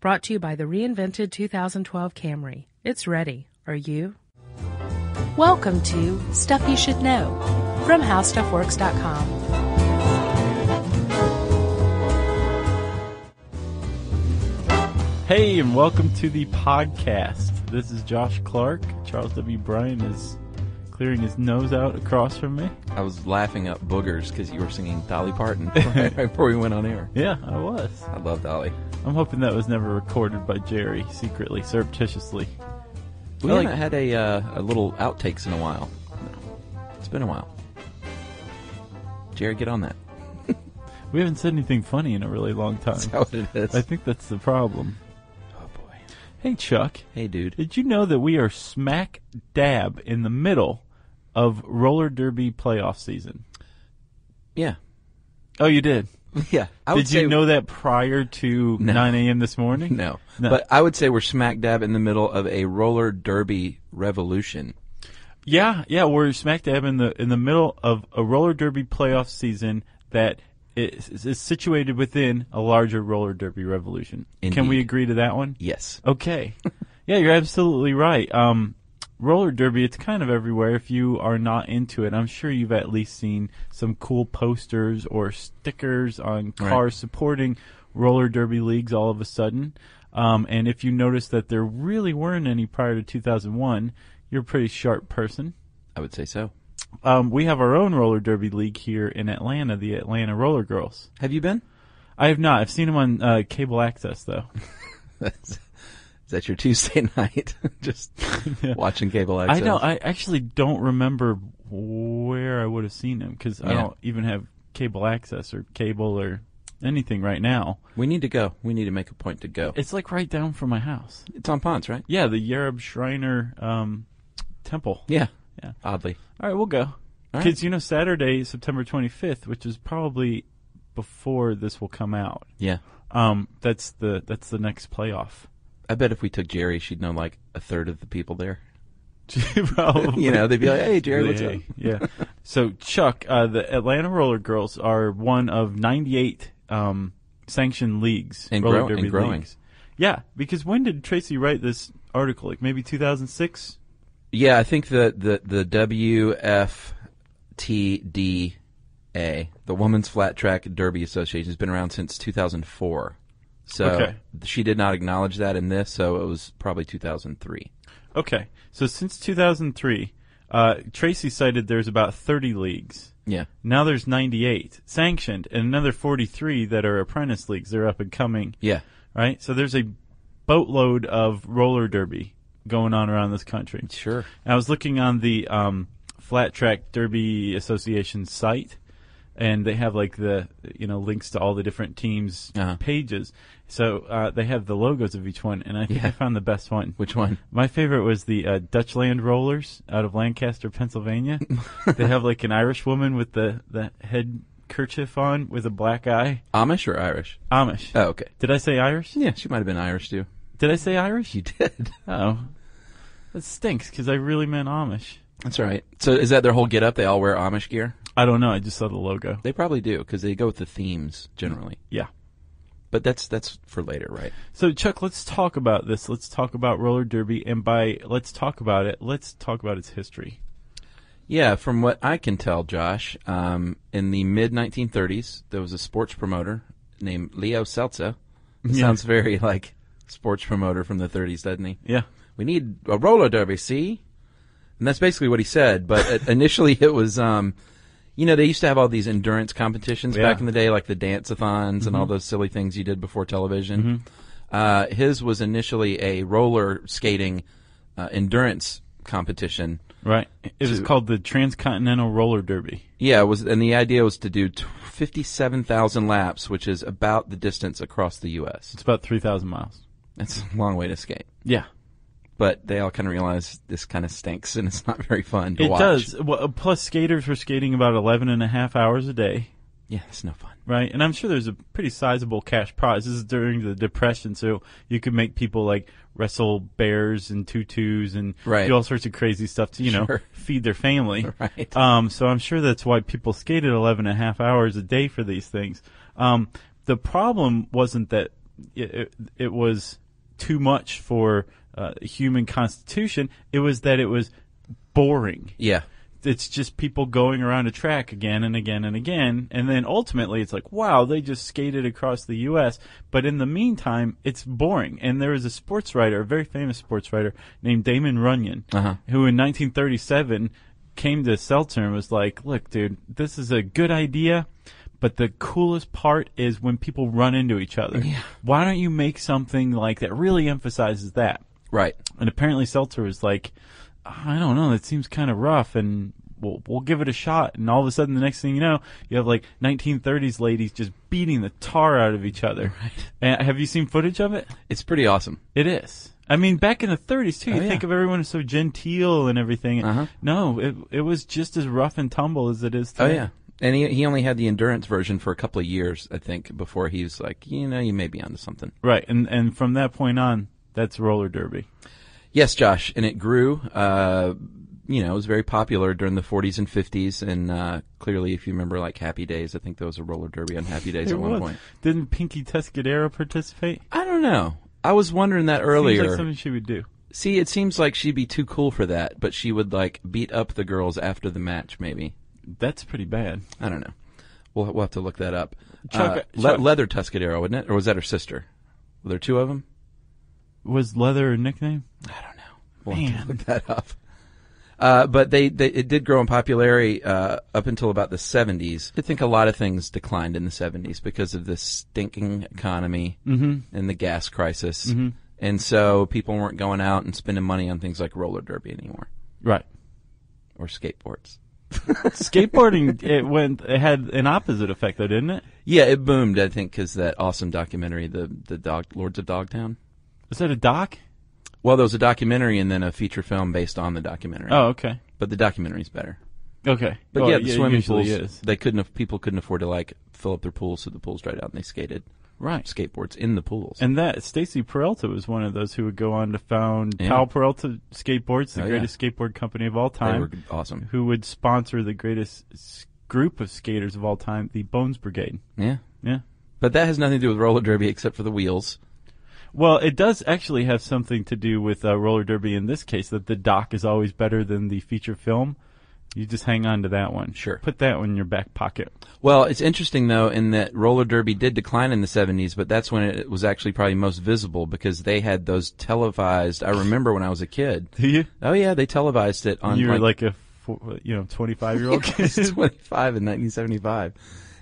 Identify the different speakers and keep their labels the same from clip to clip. Speaker 1: Brought to you by the reinvented 2012 Camry. It's ready. Are you? Welcome to Stuff You Should Know from HowStuffWorks.com.
Speaker 2: Hey, and welcome to the podcast. This is Josh Clark. Charles W. Bryan is clearing his nose out across from me.
Speaker 3: I was laughing up boogers because you were singing Dolly Parton right before we went on air.
Speaker 2: Yeah, I was.
Speaker 3: I love Dolly.
Speaker 2: I'm hoping that was never recorded by Jerry secretly, surreptitiously.
Speaker 3: We
Speaker 2: I like-
Speaker 3: haven't had a, uh, a little outtakes in a while. It's been a while. Jerry, get on that.
Speaker 2: We haven't said anything funny in a really long time.
Speaker 3: That's how it is.
Speaker 2: I think that's the problem.
Speaker 3: oh boy.
Speaker 2: Hey, Chuck,
Speaker 3: Hey, dude.
Speaker 2: did you know that we are smack dab in the middle of roller derby playoff season?
Speaker 3: Yeah.
Speaker 2: Oh, you did.
Speaker 3: Yeah. I would
Speaker 2: did you
Speaker 3: say-
Speaker 2: know that prior to
Speaker 3: No.
Speaker 2: 9 a.m. this morning?
Speaker 3: No.
Speaker 2: No.
Speaker 3: But I would say we're smack dab in the middle of a roller derby revolution.
Speaker 2: Yeah, yeah, we're smack dab in the in the middle of a roller derby playoff season that is, is situated within a larger roller derby revolution. Can
Speaker 3: Indeed.
Speaker 2: we agree to that one?
Speaker 3: Yes.
Speaker 2: Okay. yeah, you're absolutely right. Um, roller derby, it's kind of everywhere. If you are not into it, I'm sure you've at least seen some cool posters or stickers on
Speaker 3: Right.
Speaker 2: cars supporting roller derby leagues all of a sudden. Um, and if you notice that there really weren't any prior to 2001, you're a pretty sharp person.
Speaker 3: I would say so.
Speaker 2: Um, we have our own roller derby league here in Atlanta, the Atlanta Roller Girls.
Speaker 3: Have you been?
Speaker 2: I have not. I've seen them on uh, cable access though.
Speaker 3: That's, is that your Tuesday night? Just watching cable access.
Speaker 2: I don't. I actually don't remember where I would have seen them because I
Speaker 3: Yeah.
Speaker 2: don't even have cable access or cable or anything right now.
Speaker 3: We need to go. We need to make a point to go.
Speaker 2: It's like right down from my house.
Speaker 3: It's on Ponce, right?
Speaker 2: Yeah, the Yarab Shriner um, Temple.
Speaker 3: Yeah.
Speaker 2: Yeah.
Speaker 3: Oddly.
Speaker 2: All right, we'll go.
Speaker 3: right.
Speaker 2: Kids, you know Saturday, September 25th, which is probably before this will come out.
Speaker 3: Yeah.
Speaker 2: Um, that's the that's the next playoff.
Speaker 3: I bet if we took Jerry, she'd know like a third of the people there.
Speaker 2: Probably.
Speaker 3: You know, they'd be like, "Hey, Jerry, what's
Speaker 2: Hey,
Speaker 3: up?"
Speaker 2: yeah. So, Chuck, uh, the Atlanta Roller Girls are one of 98 um, sanctioned leagues.
Speaker 3: And
Speaker 2: roller
Speaker 3: grow-
Speaker 2: derby
Speaker 3: and growing.
Speaker 2: Leagues. Yeah, because when did Tracy write this article? Like maybe 2006?
Speaker 3: Yeah, I think the the the WFTDA, the Women's Flat Track Derby Association, has been around since 2004. So
Speaker 2: Okay.
Speaker 3: she did not acknowledge that in this, so it was probably 2003.
Speaker 2: Okay. So, since 2003, uh, Tracy cited there's about 30 leagues.
Speaker 3: Yeah.
Speaker 2: Now there's 98 sanctioned and another 43 that are apprentice leagues. They're up and coming.
Speaker 3: Yeah.
Speaker 2: right? So there's a boatload of roller derby going on around this country.
Speaker 3: Sure.
Speaker 2: I was looking on the um, Flat Track Derby Association site, and they have like the you know links to all the different teams'
Speaker 3: Uh-huh.
Speaker 2: pages. So uh, they have the logos of each one, and I think I
Speaker 3: Yeah.
Speaker 2: found the best one.
Speaker 3: Which one?
Speaker 2: My favorite was the uh, Dutchland Rollers out of Lancaster, Pennsylvania. they have like an Irish woman with the the head kerchief on with a black eye.
Speaker 3: Amish or Irish?
Speaker 2: Amish.
Speaker 3: Oh, okay.
Speaker 2: Did I say Irish?
Speaker 3: Yeah, she might have been Irish too.
Speaker 2: Did I say Irish?
Speaker 3: You did.
Speaker 2: Oh, that stinks because I really meant Amish.
Speaker 3: That's all right. So is that their whole get up? They all wear Amish gear?
Speaker 2: I don't know. I just saw the logo.
Speaker 3: They probably do because they go with the themes generally.
Speaker 2: Yeah.
Speaker 3: But that's that's for later, right?
Speaker 2: So Chuck, let's talk about this. Let's talk about roller derby, and by let's talk about it, let's talk about its history.
Speaker 3: Yeah, from what I can tell, Josh, um, in the mid 1930s, there was a sports promoter named Leo Seltzer. It
Speaker 2: Yeah.
Speaker 3: sounds very like sports promoter from the 30s, doesn't he?
Speaker 2: Yeah.
Speaker 3: We need a roller derby, see? And that's basically what he said. But uh, initially, it was, um, you know, they used to have all these endurance competitions
Speaker 2: Yeah. Mm-hmm.
Speaker 3: back in the day, like the dance-a-thons and all those silly things you did before television. Uh, his was initially a roller skating uh, endurance competition.
Speaker 2: Right. It was called the Transcontinental Roller Derby.
Speaker 3: Yeah, it was, and the idea was to do t- 57,000 laps, which is about the distance across the U.S.
Speaker 2: It's about 3,000 miles.
Speaker 3: That's a long way to skate.
Speaker 2: Yeah.
Speaker 3: But they all kind of realize this kind of stinks and it's not very fun to
Speaker 2: It
Speaker 3: watch.
Speaker 2: does. Well, uh, plus, skaters were skating about 11 and a half hours a day.
Speaker 3: Yeah, it's no fun.
Speaker 2: Right, and I'm sure there's a pretty sizable cash prize. This is during the Depression, so you could make people like wrestle bears and tutus and
Speaker 3: Right.
Speaker 2: do all sorts of crazy stuff to you know
Speaker 3: Sure.
Speaker 2: feed their family.
Speaker 3: Right.
Speaker 2: Um, so I'm sure that's why people skated 11 and a half hours a day for these things. Um, the problem wasn't that it, it, it was too much for uh, human constitution. It was that it was boring
Speaker 3: Yeah.
Speaker 2: it's just people going around a track again and again and again and then ultimately it's like wow they just skated across the US but in the meantime it's boring and there was a sports writer a very famous sports writer named Damon Runyon who in 1937 came to Seltzer and was like look dude this is a good idea but the coolest part is when people run into each other why don't you make something like that really emphasizes that
Speaker 3: Right.
Speaker 2: and apparently Seltzer was like, I don't know, that seems kind of rough, and we'll, we'll give it a shot. And all of a sudden, the next thing you know, you have like 1930s ladies just beating the tar out of each other. Right. And have you seen footage of it?
Speaker 3: It's pretty awesome.
Speaker 2: It is. I mean, back in the 30s too, you
Speaker 3: Oh, yeah.
Speaker 2: think of everyone as so genteel and everything.
Speaker 3: Uh-huh.
Speaker 2: No, it it was just as rough and tumble as it is
Speaker 3: Oh
Speaker 2: today.
Speaker 3: yeah. And he he only had the endurance version for a couple of years, I think, before he was like, you know, you may be onto something.
Speaker 2: Right, and and from that point on, that's roller derby.
Speaker 3: Yes, Josh, and it grew. Uh, you know, it was very popular during the 40s and 50s, and uh, clearly, if you remember, like Happy Days, I think there was a roller derby on Happy Days
Speaker 2: There
Speaker 3: at one
Speaker 2: was.
Speaker 3: point.
Speaker 2: Didn't Pinky Tuscadero participate?
Speaker 3: I don't know. I was wondering that earlier.
Speaker 2: Seems like something she would do.
Speaker 3: See, it seems like she'd be too cool for that, but she would like beat up the girls after the match. Maybe
Speaker 2: That's pretty bad.
Speaker 3: I don't know. We'll, we'll have to look that up.
Speaker 2: Chuck-
Speaker 3: Uh, Le-
Speaker 2: Chuck-
Speaker 3: Leather Tuscadero, wasn't it, or was that her sister? Were there two of them?
Speaker 2: Was leather a nickname?
Speaker 3: I don't know. We'll have to
Speaker 2: Man.
Speaker 3: look that up. Uh, but they, they it did grow in popularity uh, up until about the 70s. I think a lot of things declined in the 70s because of the stinking economy
Speaker 2: Mm-hmm.
Speaker 3: and the gas crisis. And so people weren't going out and spending money on things like roller derby anymore
Speaker 2: Right.
Speaker 3: or skateboards.
Speaker 2: Skateboarding it went it had an opposite effect though, didn't it?
Speaker 3: Yeah, it boomed, I think, because that awesome documentary, the the dog, Lords of Dogtown.
Speaker 2: Was that a doc?
Speaker 3: Well, there was a documentary and then a feature film based on the documentary.
Speaker 2: Oh, okay.
Speaker 3: But the documentary's better.
Speaker 2: Okay.
Speaker 3: But
Speaker 2: Oh,
Speaker 3: yeah, the
Speaker 2: it
Speaker 3: swimming
Speaker 2: usually
Speaker 3: pools.
Speaker 2: is.
Speaker 3: They couldn't. Have, people couldn't afford to like fill up their pools, so the pools dried out, and they skated
Speaker 2: Right.
Speaker 3: skateboards in the pools.
Speaker 2: And that Stacy Peralta was one of those who would go on to found
Speaker 3: Yeah.
Speaker 2: Pal Peralta Skateboards, the
Speaker 3: Oh, yeah.
Speaker 2: greatest skateboard company of all
Speaker 3: they
Speaker 2: time,
Speaker 3: were awesome.
Speaker 2: who would sponsor the greatest s- group of skaters of all time, the Bones Brigade.
Speaker 3: Yeah,
Speaker 2: Yeah.
Speaker 3: but that has nothing to do with roller derby except for the wheels.
Speaker 2: Well, it does actually have something to do with uh, roller derby in this case that the doc is always better than the feature film. You just hang on to that one.
Speaker 3: Sure.
Speaker 2: Put that one in your back pocket.
Speaker 3: Well, it's interesting though in that roller derby did decline in the '70s, but that's when it was actually probably most visible because they had those televised. I remember when I was a kid.
Speaker 2: Do you?
Speaker 3: Oh yeah, they televised it on.
Speaker 2: you were
Speaker 3: like,
Speaker 2: like a four, you know 25 year old
Speaker 3: I was 25 in 1975.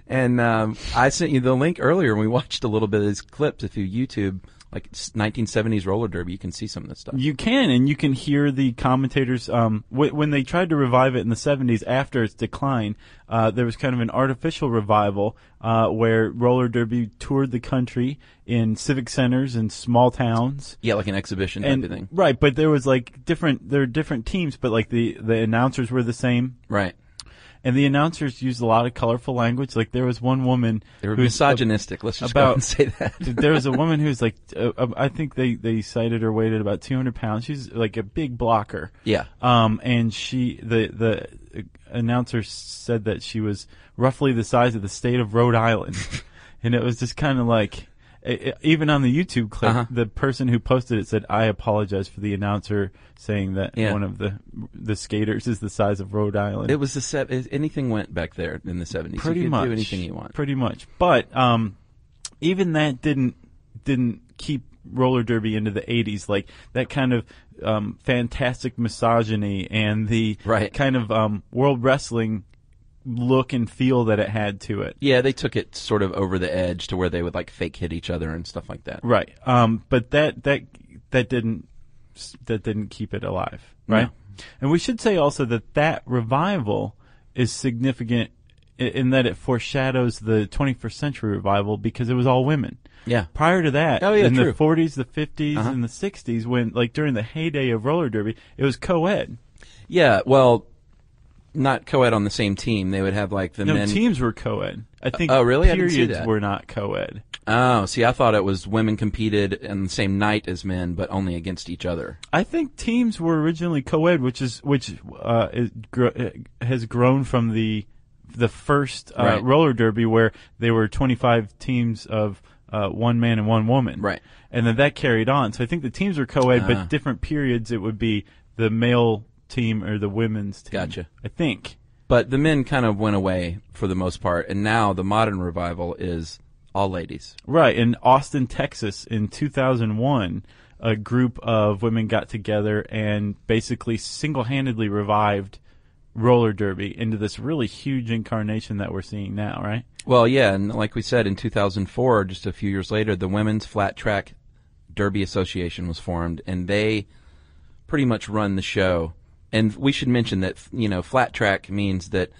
Speaker 3: And um, I sent you the link earlier, and we watched a little bit of these clips. If you YouTube, like s- 1970s roller derby, you can see some of this stuff.
Speaker 2: You can, and you can hear the commentators. Um, w- when they tried to revive it in the 70s after its decline, uh, there was kind of an artificial revival uh, where roller derby toured the country in civic centers and small towns.
Speaker 3: Yeah, like an exhibition type
Speaker 2: And,
Speaker 3: of thing.
Speaker 2: Right, but there was like different, there are different teams, but like the, the announcers were the same.
Speaker 3: Right.
Speaker 2: And the announcers used a lot of colorful language. Like there was one woman
Speaker 3: They were
Speaker 2: who was-
Speaker 3: misogynistic. Let's just go
Speaker 2: uh, about-
Speaker 3: and say that.
Speaker 2: there was a woman who's like, uh, uh, I think they, they cited her weight at about 200 pounds. She's like a big blocker.
Speaker 3: Yeah.
Speaker 2: Um, and she, the, the uh, announcer said that she was roughly the size of the state of Rhode Island. and it was just kind of like, e- e- even on the YouTube clip,
Speaker 3: Uh-huh.
Speaker 2: the person who posted it said, I apologize for the announcer saying that
Speaker 3: Yeah.
Speaker 2: one of the, the skaters is the size of Rhode Island
Speaker 3: It was the se- it- anything went back there in the 70s.
Speaker 2: pretty
Speaker 3: you could
Speaker 2: much
Speaker 3: do anything you want.
Speaker 2: Pretty much, but um, even that didn't didn't keep roller derby into the 80s, like that kind of um, fantastic misogyny and the
Speaker 3: Right.
Speaker 2: kind of um, world wrestling look and feel that it had to it.
Speaker 3: Yeah, they took it sort of over the edge to where they would like fake hit each other and stuff like that.
Speaker 2: Right. Um, but that that that didn't that didn't keep it alive, right? And we should say also that that revival is significant i- in that it foreshadows the 21st century revival because it was all women.
Speaker 3: Yeah.
Speaker 2: Prior to that,
Speaker 3: Oh, yeah,
Speaker 2: in
Speaker 3: true. Uh-huh.
Speaker 2: the 40s, the 50s, and the 60s, when like during the heyday of roller derby, it was co-ed.
Speaker 3: Yeah, well, not co-ed on the same team. They would have like the
Speaker 2: no,
Speaker 3: men.
Speaker 2: teams were co-ed. I think
Speaker 3: oh, really? I didn't see
Speaker 2: periods
Speaker 3: that.
Speaker 2: were not co-ed.
Speaker 3: Oh, see, I thought it was women competed on the same night as men, but only against each other.
Speaker 2: I think teams were originally co-ed, which is which uh, is gr- uh, has grown from the the first uh,
Speaker 3: Right.
Speaker 2: roller derby where they were 25 teams of uh, one man and one woman.
Speaker 3: Right. Uh-huh.
Speaker 2: And then that carried on. So I think the teams were co-ed, but different periods it would be the male team or the women's team.
Speaker 3: Gotcha.
Speaker 2: I think.
Speaker 3: But the men kind of went away for the most part, and now the modern revival is all ladies.
Speaker 2: Right. In Austin, Texas, in 2001, a group of women got together and basically single handedly revived roller derby into this really huge incarnation that we're seeing now, right?
Speaker 3: Well, yeah, and like we said in 2004, just a few years later, the Women's Flat Track Derby Association was formed, and they pretty much run the show. And we should mention that you know flat track means that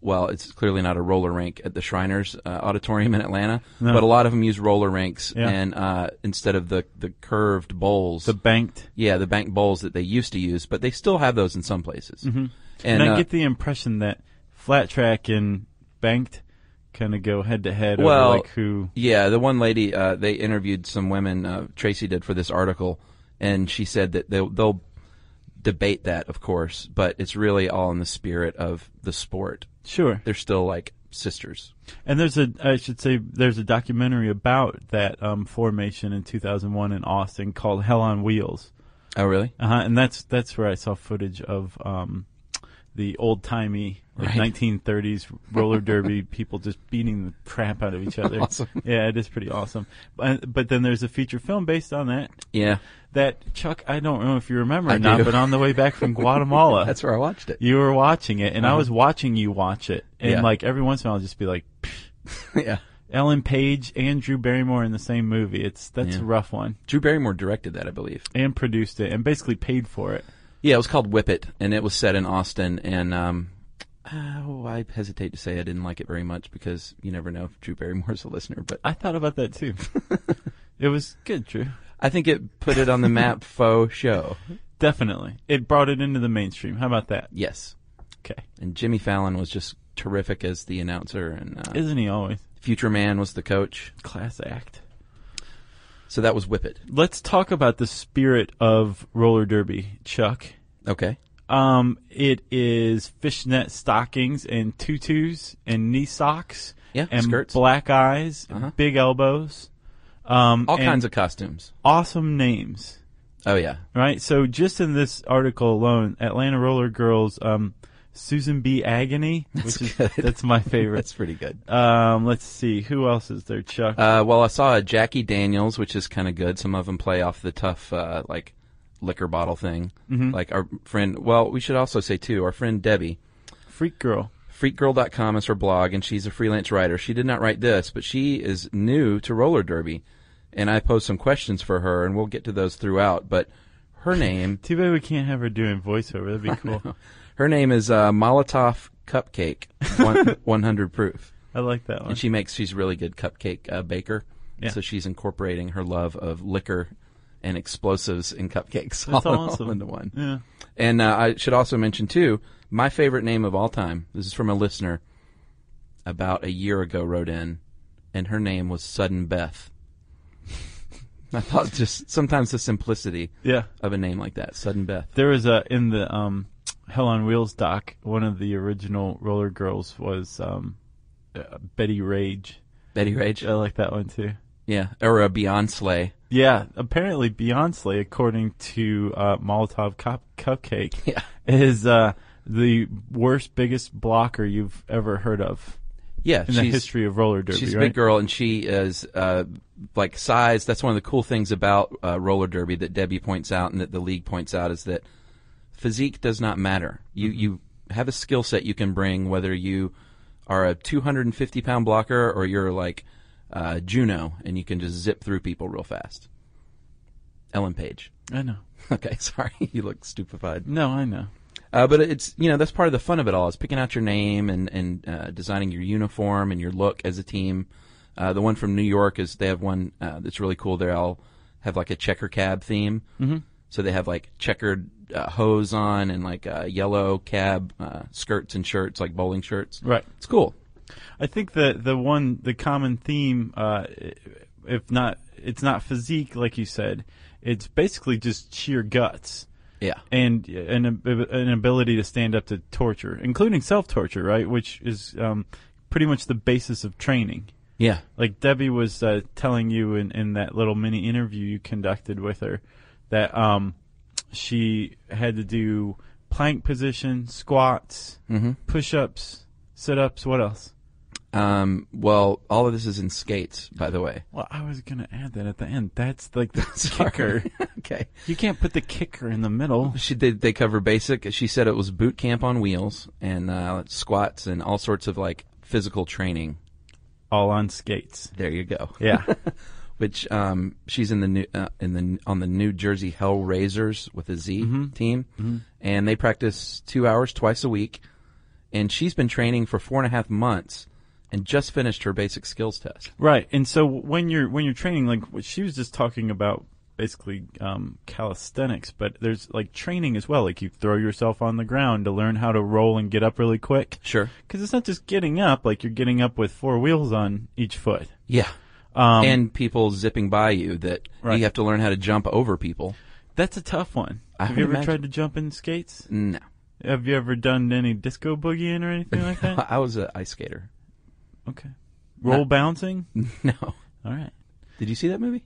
Speaker 3: well, it's clearly not a roller rink at the Shriners uh, Auditorium in Atlanta, but a lot of them use roller rinks
Speaker 2: Yeah.
Speaker 3: and uh, instead of the the curved bowls,
Speaker 2: The banked.
Speaker 3: yeah, the bank bowls that they used to use, but they still have those in some places. Mm-hmm.
Speaker 2: And,
Speaker 3: And,
Speaker 2: I
Speaker 3: uh,
Speaker 2: get the impression that flat track and banked kind of go head to head
Speaker 3: Well,
Speaker 2: over like who.
Speaker 3: Yeah, the one lady uh, they interviewed some women. Uh, Tracy did for this article, and she said that they'll, they'll debate that, of course, but it's really all in the spirit of the sport.
Speaker 2: Sure.
Speaker 3: They're still like sisters.
Speaker 2: And there's a, I should say, there's a documentary about that um, formation in 2001 in Austin called Hell on Wheels.
Speaker 3: Oh, really?
Speaker 2: Uh-huh, and that's that's where I saw footage of um, the old timey like
Speaker 3: Right.
Speaker 2: 1930s roller derby people just beating the crap out of each other.
Speaker 3: Awesome.
Speaker 2: Yeah, it is pretty awesome. But, but then there's a feature film based on that.
Speaker 3: Yeah,
Speaker 2: That Chuck, I don't know if you remember
Speaker 3: I
Speaker 2: or not,
Speaker 3: do.
Speaker 2: but on the way back from Guatemala,
Speaker 3: that's where I watched it.
Speaker 2: you were watching it, and I was watching you watch it, and
Speaker 3: Yeah.
Speaker 2: like every once in a while, I'll just be like. "Pfft,
Speaker 3: yeah,
Speaker 2: Ellen Page and Drew Barrymore in the same movie. It's that's a rough one.
Speaker 3: Drew Barrymore directed that, I believe.
Speaker 2: And produced it and basically paid for it.
Speaker 3: Yeah, it was called Whip It, and it was set in Austin. And um, oh, I hesitate to say I didn't like it very much because you never know if Drew Barrymore's a listener, but
Speaker 2: I thought about that too. it was good, Drew.
Speaker 3: I think it put it on the map. faux show.
Speaker 2: Definitely. It brought it into the mainstream. How about that?
Speaker 3: Yes.
Speaker 2: Okay.
Speaker 3: and Jimmy Fallon was just terrific as the announcer, and uh,
Speaker 2: Isn't he always?
Speaker 3: Future Man was the coach.
Speaker 2: Class act.
Speaker 3: So that was Whip It.
Speaker 2: Let's talk about the spirit of roller derby, Chuck.
Speaker 3: Okay.
Speaker 2: Um, it is fishnet stockings and tutus and knee socks.
Speaker 3: Yeah,
Speaker 2: and
Speaker 3: skirts. Uh-huh.
Speaker 2: black eyes, and big elbows. Um,
Speaker 3: All
Speaker 2: and
Speaker 3: kinds of costumes.
Speaker 2: awesome names.
Speaker 3: Oh yeah.
Speaker 2: Right. So just in this article alone, Atlanta Roller Girls, um, Susan B. Agony, which is
Speaker 3: good.
Speaker 2: that's my favorite.
Speaker 3: That's pretty good.
Speaker 2: Um, let's see. Who else is there, Chuck?
Speaker 3: Uh, well, I saw a Jackie Daniels, which is kind of good. Some of them play off the tough, uh, like, liquor bottle thing.
Speaker 2: Mm-hmm.
Speaker 3: Like our friend, well, we should also say too, our friend Debbie,
Speaker 2: Freak Girl.
Speaker 3: freakgirl.com is her blog and she's a freelance writer. She did not write this, but she is new to roller derby. And I posed some questions for her and we'll get to those throughout, but her name
Speaker 2: Too bad we can't have her doing voiceover. That'd be cool.
Speaker 3: Her name is uh, Molotov Cupcake, one, 100 proof,
Speaker 2: I like that one.
Speaker 3: and she makes she's a really good cupcake uh, baker.
Speaker 2: Yeah.
Speaker 3: So she's incorporating her love of liquor and explosives and cupcakes
Speaker 2: That's
Speaker 3: all,
Speaker 2: awesome.
Speaker 3: into one.
Speaker 2: yeah.
Speaker 3: And uh, I should also mention too my favorite name of all time. This is from a listener about a year ago wrote in, and her name was Sudden Beth. I thought just sometimes the simplicity
Speaker 2: Yeah.
Speaker 3: of a name like that, Sudden Beth.
Speaker 2: There was a in the um, Hell on Wheels doc. One of the original Roller Girls was um, uh, Betty Rage.
Speaker 3: Betty Rage.
Speaker 2: I like that one too.
Speaker 3: Yeah, or a Beyonce.
Speaker 2: Yeah, apparently Beyonce, according to uh, Molotov Cup- Cupcake,
Speaker 3: Yeah.
Speaker 2: is uh, the worst, biggest blocker you've ever heard of.
Speaker 3: Yeah,
Speaker 2: in the
Speaker 3: she's-
Speaker 2: history of roller derby.
Speaker 3: She's a
Speaker 2: right?
Speaker 3: big girl, and she is uh, like size. That's one of the cool things about uh, roller derby that Debbie points out, and that the league points out, is that physique does not matter. You
Speaker 2: Mm-hmm.
Speaker 3: you have a skill set you can bring, whether you are a 250 pound blocker or you're like uh, Juno, and you can just zip through people real fast. Ellen Page.
Speaker 2: I know.
Speaker 3: Okay, sorry, you look stupefied.
Speaker 2: No, I know.
Speaker 3: Uh, but it's you know that's part of the fun of it all is picking out your name and and uh, designing your uniform and your look as a team. Uh, the one from New York is they have one uh, that's really cool. They all have like a checker cab theme, mm-hmm. so they have like checkered uh, hose on and like uh, yellow cab uh, skirts and shirts, like bowling shirts.
Speaker 2: Right.
Speaker 3: It's cool.
Speaker 2: I think the the one the common theme, uh, if not, it's not physique like you said. It's basically just sheer guts
Speaker 3: Yeah.
Speaker 2: and an ab- an ability to stand up to torture, including self torture, right? Which is um, pretty much the basis of training.
Speaker 3: Yeah.
Speaker 2: Like Debbie was uh, telling you in, in that little mini interview you conducted with her, that um, she had to do plank position, squats, push ups, sit ups. What else?
Speaker 3: Um, well, all of this is in skates, by the way.
Speaker 2: Well, I was gonna add that at the end. That's like the
Speaker 3: Sorry. Oh,
Speaker 2: kicker.
Speaker 3: okay.
Speaker 2: You can't put the kicker in the middle.
Speaker 3: She they, they cover basic. She said it was boot camp on wheels and uh, squats and all sorts of like physical training.
Speaker 2: All on skates.
Speaker 3: There you go.
Speaker 2: Yeah.
Speaker 3: Which um, she's in the new uh, in the on the New Jersey Hellraisers with a Z
Speaker 2: Mm-hmm.
Speaker 3: team, and they practice two hours twice a week. And she's been training for four and a half months, and just finished her basic skills test.
Speaker 2: right. And so when you're when you're training, like what she was just talking about basically um, calisthenics, but there's like training as well. Like you throw yourself on the ground to learn how to roll and get up really quick.
Speaker 3: Sure.
Speaker 2: Because it's not just getting up. Like you're getting up with four wheels on each foot.
Speaker 3: Yeah. and people zipping by you that
Speaker 2: Um, Right.
Speaker 3: you have to learn how to jump over people.
Speaker 2: That's a tough one.
Speaker 3: I
Speaker 2: Have
Speaker 3: would
Speaker 2: you ever
Speaker 3: imagine.
Speaker 2: tried to jump in skates?
Speaker 3: No,
Speaker 2: Have you ever done any disco boogieing or anything like that?
Speaker 3: I was an ice skater.
Speaker 2: Okay. Roll bouncing?
Speaker 3: No.
Speaker 2: All right.
Speaker 3: Did you see that movie?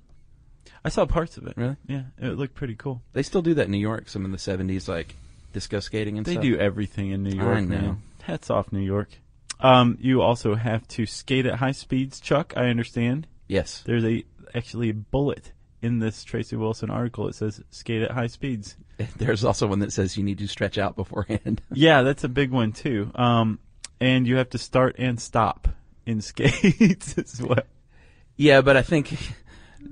Speaker 2: I saw parts of it.
Speaker 3: Really?
Speaker 2: Yeah, it looked pretty cool.
Speaker 3: They still do that in New York. Some in the seventies, like disco skating and
Speaker 2: They
Speaker 3: stuff.
Speaker 2: do everything in New York,
Speaker 3: I know.
Speaker 2: man. Hats off, New York. Um, you also have to skate at high speeds, Chuck. I understand.
Speaker 3: Yes.
Speaker 2: There's a actually a bullet in this Tracy Wilson article. It says skate at high speeds.
Speaker 3: There's also one that says you need to stretch out beforehand.
Speaker 2: Yeah, that's a big one too. Um, and you have to start and stop in skates as well.
Speaker 3: yeah, but I think,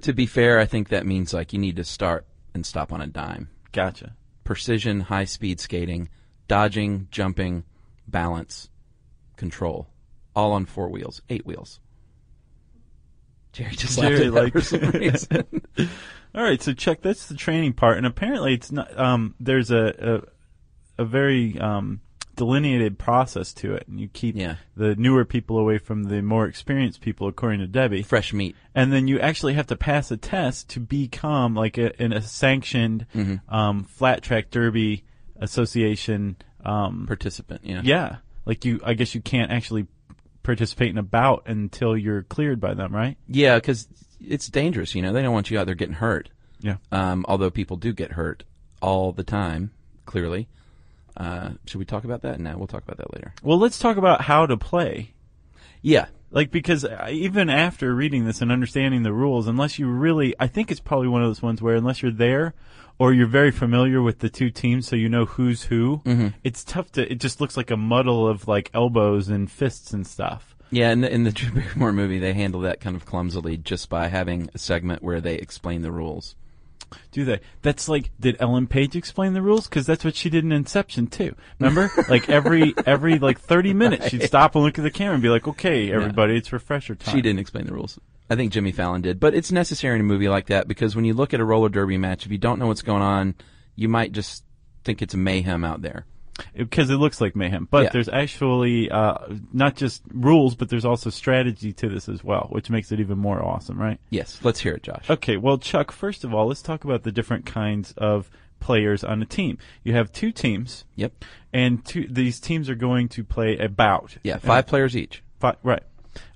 Speaker 3: to be fair, I think that means like you need to start and stop on a dime.
Speaker 2: Gotcha.
Speaker 3: Precision, high speed skating, dodging, jumping, balance, control, all on four wheels, eight wheels. Jerry just laughed
Speaker 2: Jerry
Speaker 3: at that
Speaker 2: liked-
Speaker 3: for some reason.
Speaker 2: All right, so Chuck, that's the training part, and apparently it's not. Um, there's a a, a very um, delineated process to it, and you keep
Speaker 3: Yeah.
Speaker 2: the newer people away from the more experienced people, according to Debbie.
Speaker 3: Fresh meat.
Speaker 2: And then you actually have to pass a test to become like a, in a sanctioned um, flat track derby association. Um,
Speaker 3: Participant, yeah.
Speaker 2: yeah, like you, I guess you can't actually participate in a bout until you're cleared by them, right?
Speaker 3: Yeah, because it's dangerous, you know. They don't want you out there getting hurt.
Speaker 2: Yeah.
Speaker 3: um, although people do get hurt all the time, clearly. Uh, should we talk about that? No, we'll talk about that later.
Speaker 2: Well, let's talk about how to play.
Speaker 3: Yeah,
Speaker 2: Like because I- even after reading this and understanding the rules, unless you really, I think it's probably one of those ones where unless you're there or you're very familiar with the two teams, so you know who's who, it's tough to. It just looks like a muddle of like elbows and fists and stuff.
Speaker 3: yeah. In the, in the Drew Barrymore movie, they handle that kind of clumsily just by having a segment where they explain the rules.
Speaker 2: Do they? That's like, did Ellen Page explain the rules? Because that's what she did in Inception too. Remember, like every every like thirty minutes, she'd stop and look at the camera and be like, "Okay, everybody, it's refresher time."
Speaker 3: She didn't explain the rules. I think Jimmy Fallon did, but it's necessary in a movie like that because when you look at a roller derby match, if you don't know what's going on, you might just think it's mayhem out there.
Speaker 2: because it looks like mayhem. But
Speaker 3: Yeah.
Speaker 2: there's actually uh, not just rules, but there's also strategy to this as well, which makes it even more awesome, right?
Speaker 3: Yes, let's hear it, Josh.
Speaker 2: Okay, well, Chuck, first of all, let's talk about the different kinds of players on a team. You have two teams,
Speaker 3: Yep.
Speaker 2: and two, these teams are going to play a bout.
Speaker 3: Yeah, five
Speaker 2: Uh,
Speaker 3: players each.
Speaker 2: Fi right.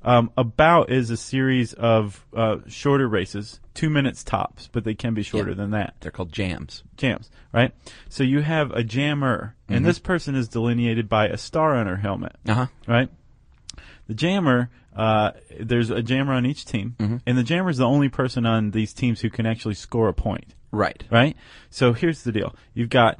Speaker 2: Um, a bout is a series of uh, shorter races, two minutes tops, but they can be shorter
Speaker 3: Yeah.
Speaker 2: than that
Speaker 3: They're called jams.
Speaker 2: jams, right? So you have a Mm-hmm. jammer, and this person is delineated by a star on her helmet,
Speaker 3: Uh huh.
Speaker 2: right? The The jammer, uh, there's a jammer on each team,
Speaker 3: Mm-hmm.
Speaker 2: and the jammer is the only person on these teams who can actually score a point.
Speaker 3: Right.
Speaker 2: Right. So here's the deal: you've got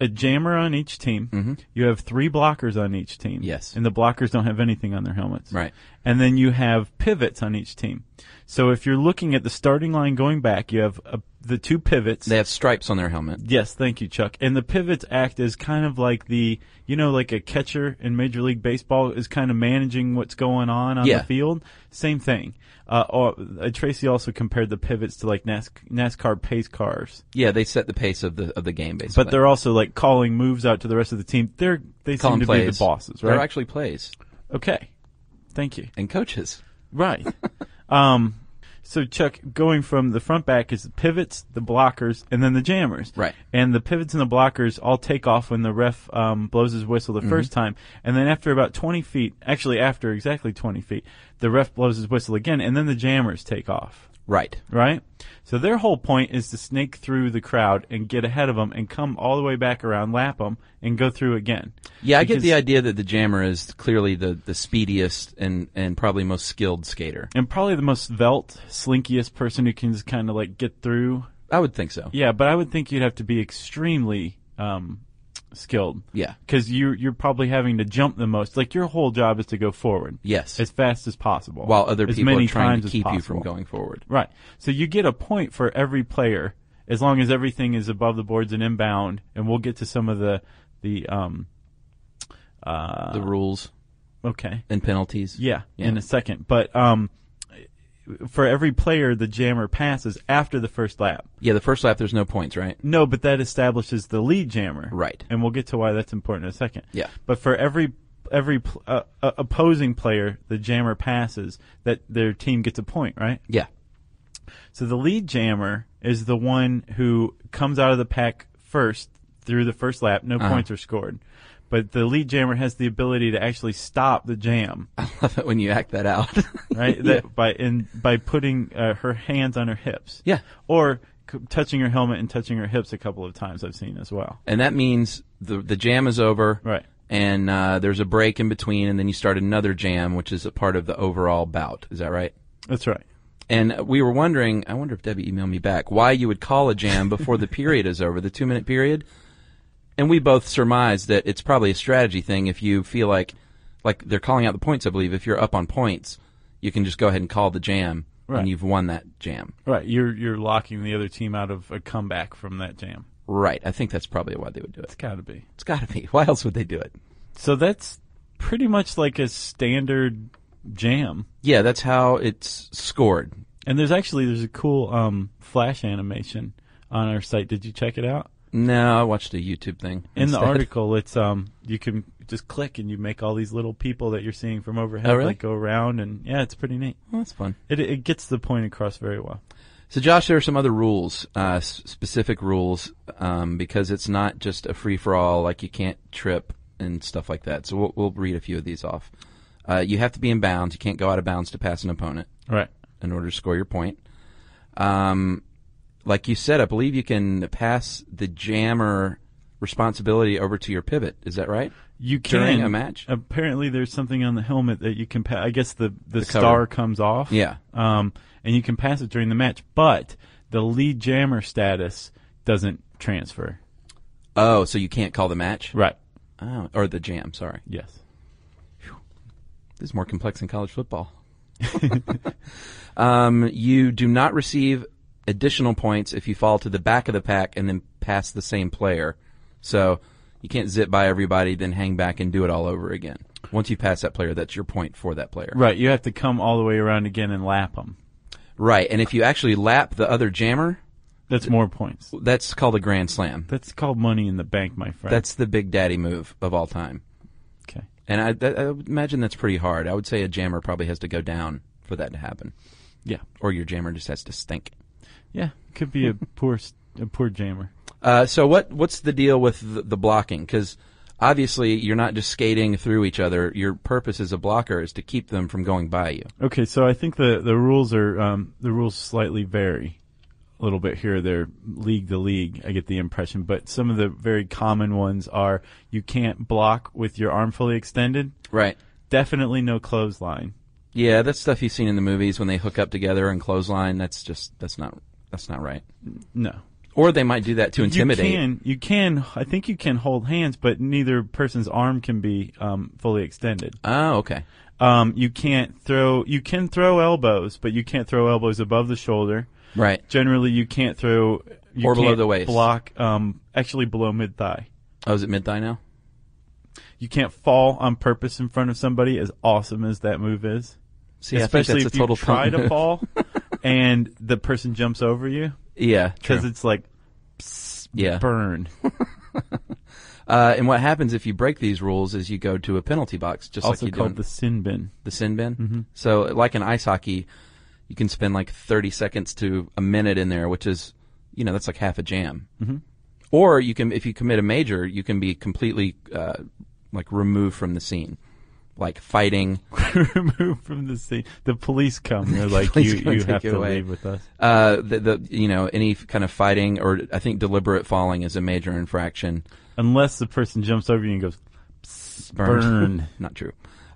Speaker 2: a jammer on each team. You have three blockers on each team.
Speaker 3: Mm-hmm. Yes.
Speaker 2: And the blockers don't have anything on their helmets.
Speaker 3: Right.
Speaker 2: And then you have pivots on each team. So if you're looking at the starting line going back, you have uh the two pivots.
Speaker 3: They have stripes on their helmet.
Speaker 2: Yes, thank you, Chuck. And the pivots act as kind of like the, you know, like a catcher in Major League Baseball is kind of managing what's going on on
Speaker 3: Yeah.
Speaker 2: the field. Same thing. Uh, or, uh, Tracy also compared the pivots to like NAS- NASCAR pace cars,
Speaker 3: Yeah, they set the pace of the of the game basically.
Speaker 2: but they're also like calling moves out to the rest of the team. They're they
Speaker 3: Call
Speaker 2: seem
Speaker 3: 'em
Speaker 2: to
Speaker 3: plays.
Speaker 2: be the bosses, right?
Speaker 3: They're actually plays
Speaker 2: okay, thank you.
Speaker 3: and coaches.
Speaker 2: Right. um, so Chuck, going from the front back is the pivots, the blockers, and then the jammers.
Speaker 3: Right.
Speaker 2: And the pivots and the blockers all take off when the ref um, blows his whistle the first time, and then after about twenty feet, actually after exactly twenty feet, the ref blows his whistle again, and then the jammers take off.
Speaker 3: Right.
Speaker 2: Right. So their whole point is to snake through the crowd and get ahead of them and come all the way back around, lap them, and go through again.
Speaker 3: Yeah, I get
Speaker 2: Because-
Speaker 3: the idea that the jammer is clearly the, the speediest and, and probably most skilled skater.
Speaker 2: And probably the most velt, slinkiest person who can just kind of like get through
Speaker 3: I would think so.
Speaker 2: Yeah, but I would think you'd have to be extremely um, skilled.
Speaker 3: Yeah.
Speaker 2: Because you, you're probably having to jump the most. Like, your whole job is to go forward.
Speaker 3: Yes.
Speaker 2: As fast as possible.
Speaker 3: While other
Speaker 2: as
Speaker 3: people
Speaker 2: many
Speaker 3: are trying
Speaker 2: times
Speaker 3: to
Speaker 2: as
Speaker 3: keep you from
Speaker 2: possible.
Speaker 3: going forward.
Speaker 2: Right. So you get a point for every player as long as everything is above the boards and inbound. And we'll get to some of the, the um,
Speaker 3: the rules
Speaker 2: okay.
Speaker 3: and penalties.
Speaker 2: Uh, Yeah,
Speaker 3: Yeah.
Speaker 2: in a second. But um, for every player the jammer passes after the first lap.
Speaker 3: Yeah, the first lap there's no points, right?
Speaker 2: No, but that establishes the lead jammer.
Speaker 3: Right.
Speaker 2: And we'll get to why that's important in a second.
Speaker 3: Yeah.
Speaker 2: But for every every pl- uh, uh, opposing player the jammer passes, that their team gets a point, right?
Speaker 3: Yeah.
Speaker 2: So the lead jammer is the one who comes out of the pack first through the first lap. No
Speaker 3: Uh-huh.
Speaker 2: points are scored. But the lead jammer has the ability to actually stop the jam,
Speaker 3: I love it when you act that out.
Speaker 2: right? That by in by putting uh, her hands on her hips.
Speaker 3: Yeah.
Speaker 2: Or c- touching her helmet and touching her hips a couple of times I've seen as well.
Speaker 3: and that means the the jam is over.
Speaker 2: Right.
Speaker 3: And uh, there's a break in between, and then you start another jam, which is a part of the overall bout. Is that right?
Speaker 2: That's right.
Speaker 3: And we were wondering, I wonder if Debbie emailed me back, why you would call a jam before the period is over, the two minute period. And we both surmised that it's probably a strategy thing. If you feel like, like they're calling out the points, I believe, if you're up on points, you can just go ahead and call the jam
Speaker 2: Right.
Speaker 3: and you've won that jam.
Speaker 2: Right, you're you're locking the other team out of a comeback from that jam.
Speaker 3: Right. I think that's probably why they would do it.
Speaker 2: It's got to be.
Speaker 3: It's gotta be. Why else would they do it?
Speaker 2: So that's pretty much like a standard jam.
Speaker 3: Yeah, that's how it's scored.
Speaker 2: And there's actually there's a cool um, flash animation on our site. Did you check it out?
Speaker 3: No, I watched a YouTube thing.
Speaker 2: In the
Speaker 3: instead.
Speaker 2: article, it's um you can just click and you make all these little people that you're seeing from overhead
Speaker 3: Oh, really?
Speaker 2: like go around and yeah, it's pretty neat.
Speaker 3: Well, that's fun.
Speaker 2: It it gets the point across very well.
Speaker 3: So, Josh, there are some other rules, uh, s- specific rules, um, because it's not just a free for all. Like you can't trip and stuff like that. So we'll, we'll read a few of these off. Uh, you have to be in bounds. You can't go out of bounds to pass an opponent
Speaker 2: Right.
Speaker 3: in order to score your point. Um, like you said, I believe you can pass the jammer responsibility over to your pivot. Is that right?
Speaker 2: You can
Speaker 3: During a match?
Speaker 2: Apparently, there's something on the helmet that you can. Pa- I guess the the,
Speaker 3: The cover.
Speaker 2: star comes off.
Speaker 3: Yeah.
Speaker 2: Um, and you can pass it during the match, but the lead jammer status doesn't transfer.
Speaker 3: Oh, so you can't call the match?
Speaker 2: Right.
Speaker 3: Oh, or the jam, sorry.
Speaker 2: Yes.
Speaker 3: This is more complex in college football. um, you do not receive additional points if you fall to the back of the pack and then pass the same player. So you can't zip by everybody, then hang back and do it all over again. Once you pass that player, that's your point for that player.
Speaker 2: Right. You have to come all the way around again and lap them.
Speaker 3: Right, And if you actually lap the other jammer,
Speaker 2: That's more points.
Speaker 3: that's called a grand slam.
Speaker 2: That's called money in the bank, my friend.
Speaker 3: That's the big daddy move of all time.
Speaker 2: okay.
Speaker 3: And I, that, I would imagine that's pretty hard. I would say a jammer probably has to go down for that to happen,
Speaker 2: Yeah.
Speaker 3: or your jammer just has to stink.
Speaker 2: Yeah. Could be a poor s- a poor jammer.
Speaker 3: Uh, so what what's the deal with the, the blocking? Because obviously you're not just skating through each other. Your purpose as a blocker is to keep them from going by you.
Speaker 2: Okay. So I think the the rules are um, the rules slightly vary. a little bit here or there, league to league, I get the impression. But some of the very common ones are you can't block with your arm fully extended.
Speaker 3: Right.
Speaker 2: Definitely no clothesline.
Speaker 3: Yeah, that stuff you've seen in the movies when they hook up together and clothesline. That's just that's not that's not right.
Speaker 2: No.
Speaker 3: Or they might do that to intimidate.
Speaker 2: You can, you can, I think you can hold hands, but neither person's arm can be um, fully extended.
Speaker 3: Oh, okay.
Speaker 2: Um, you can't throw, you can throw elbows, but you can't throw elbows above the shoulder.
Speaker 3: Right.
Speaker 2: Generally, you can't throw, you
Speaker 3: Or below
Speaker 2: can't
Speaker 3: the waist.
Speaker 2: block, um, actually below mid thigh.
Speaker 3: Oh, is it mid thigh now?
Speaker 2: You can't fall on purpose in front of somebody, as awesome as that move is.
Speaker 3: See,
Speaker 2: Especially
Speaker 3: I think
Speaker 2: if
Speaker 3: that's a total
Speaker 2: you try
Speaker 3: punk
Speaker 2: to
Speaker 3: move.
Speaker 2: fall and the person jumps over you,
Speaker 3: Yeah, true.
Speaker 2: because it's like, psst,
Speaker 3: Yeah.
Speaker 2: burn.
Speaker 3: Uh, and what happens if you break these rules is you go to a penalty box, just
Speaker 2: also
Speaker 3: like you do
Speaker 2: called
Speaker 3: in
Speaker 2: the sin bin.
Speaker 3: the sin bin. So, like in ice hockey, you can spend like 30 seconds to a minute in there, which is, you know, that's like half a jam. Mm-hmm. Or you can, if you commit a major, you can be completely uh, like removed from the scene, like fighting.
Speaker 2: removed from the scene. The police come. They're like,
Speaker 3: Please
Speaker 2: you,
Speaker 3: don't
Speaker 2: you
Speaker 3: take
Speaker 2: have
Speaker 3: it
Speaker 2: to
Speaker 3: away."
Speaker 2: leave with us.
Speaker 3: Uh, the, the you know any f- kind of fighting or I think deliberate falling is a major infraction.
Speaker 2: Unless the person jumps over you and goes,
Speaker 3: Burn.
Speaker 2: Burn.
Speaker 3: Not true.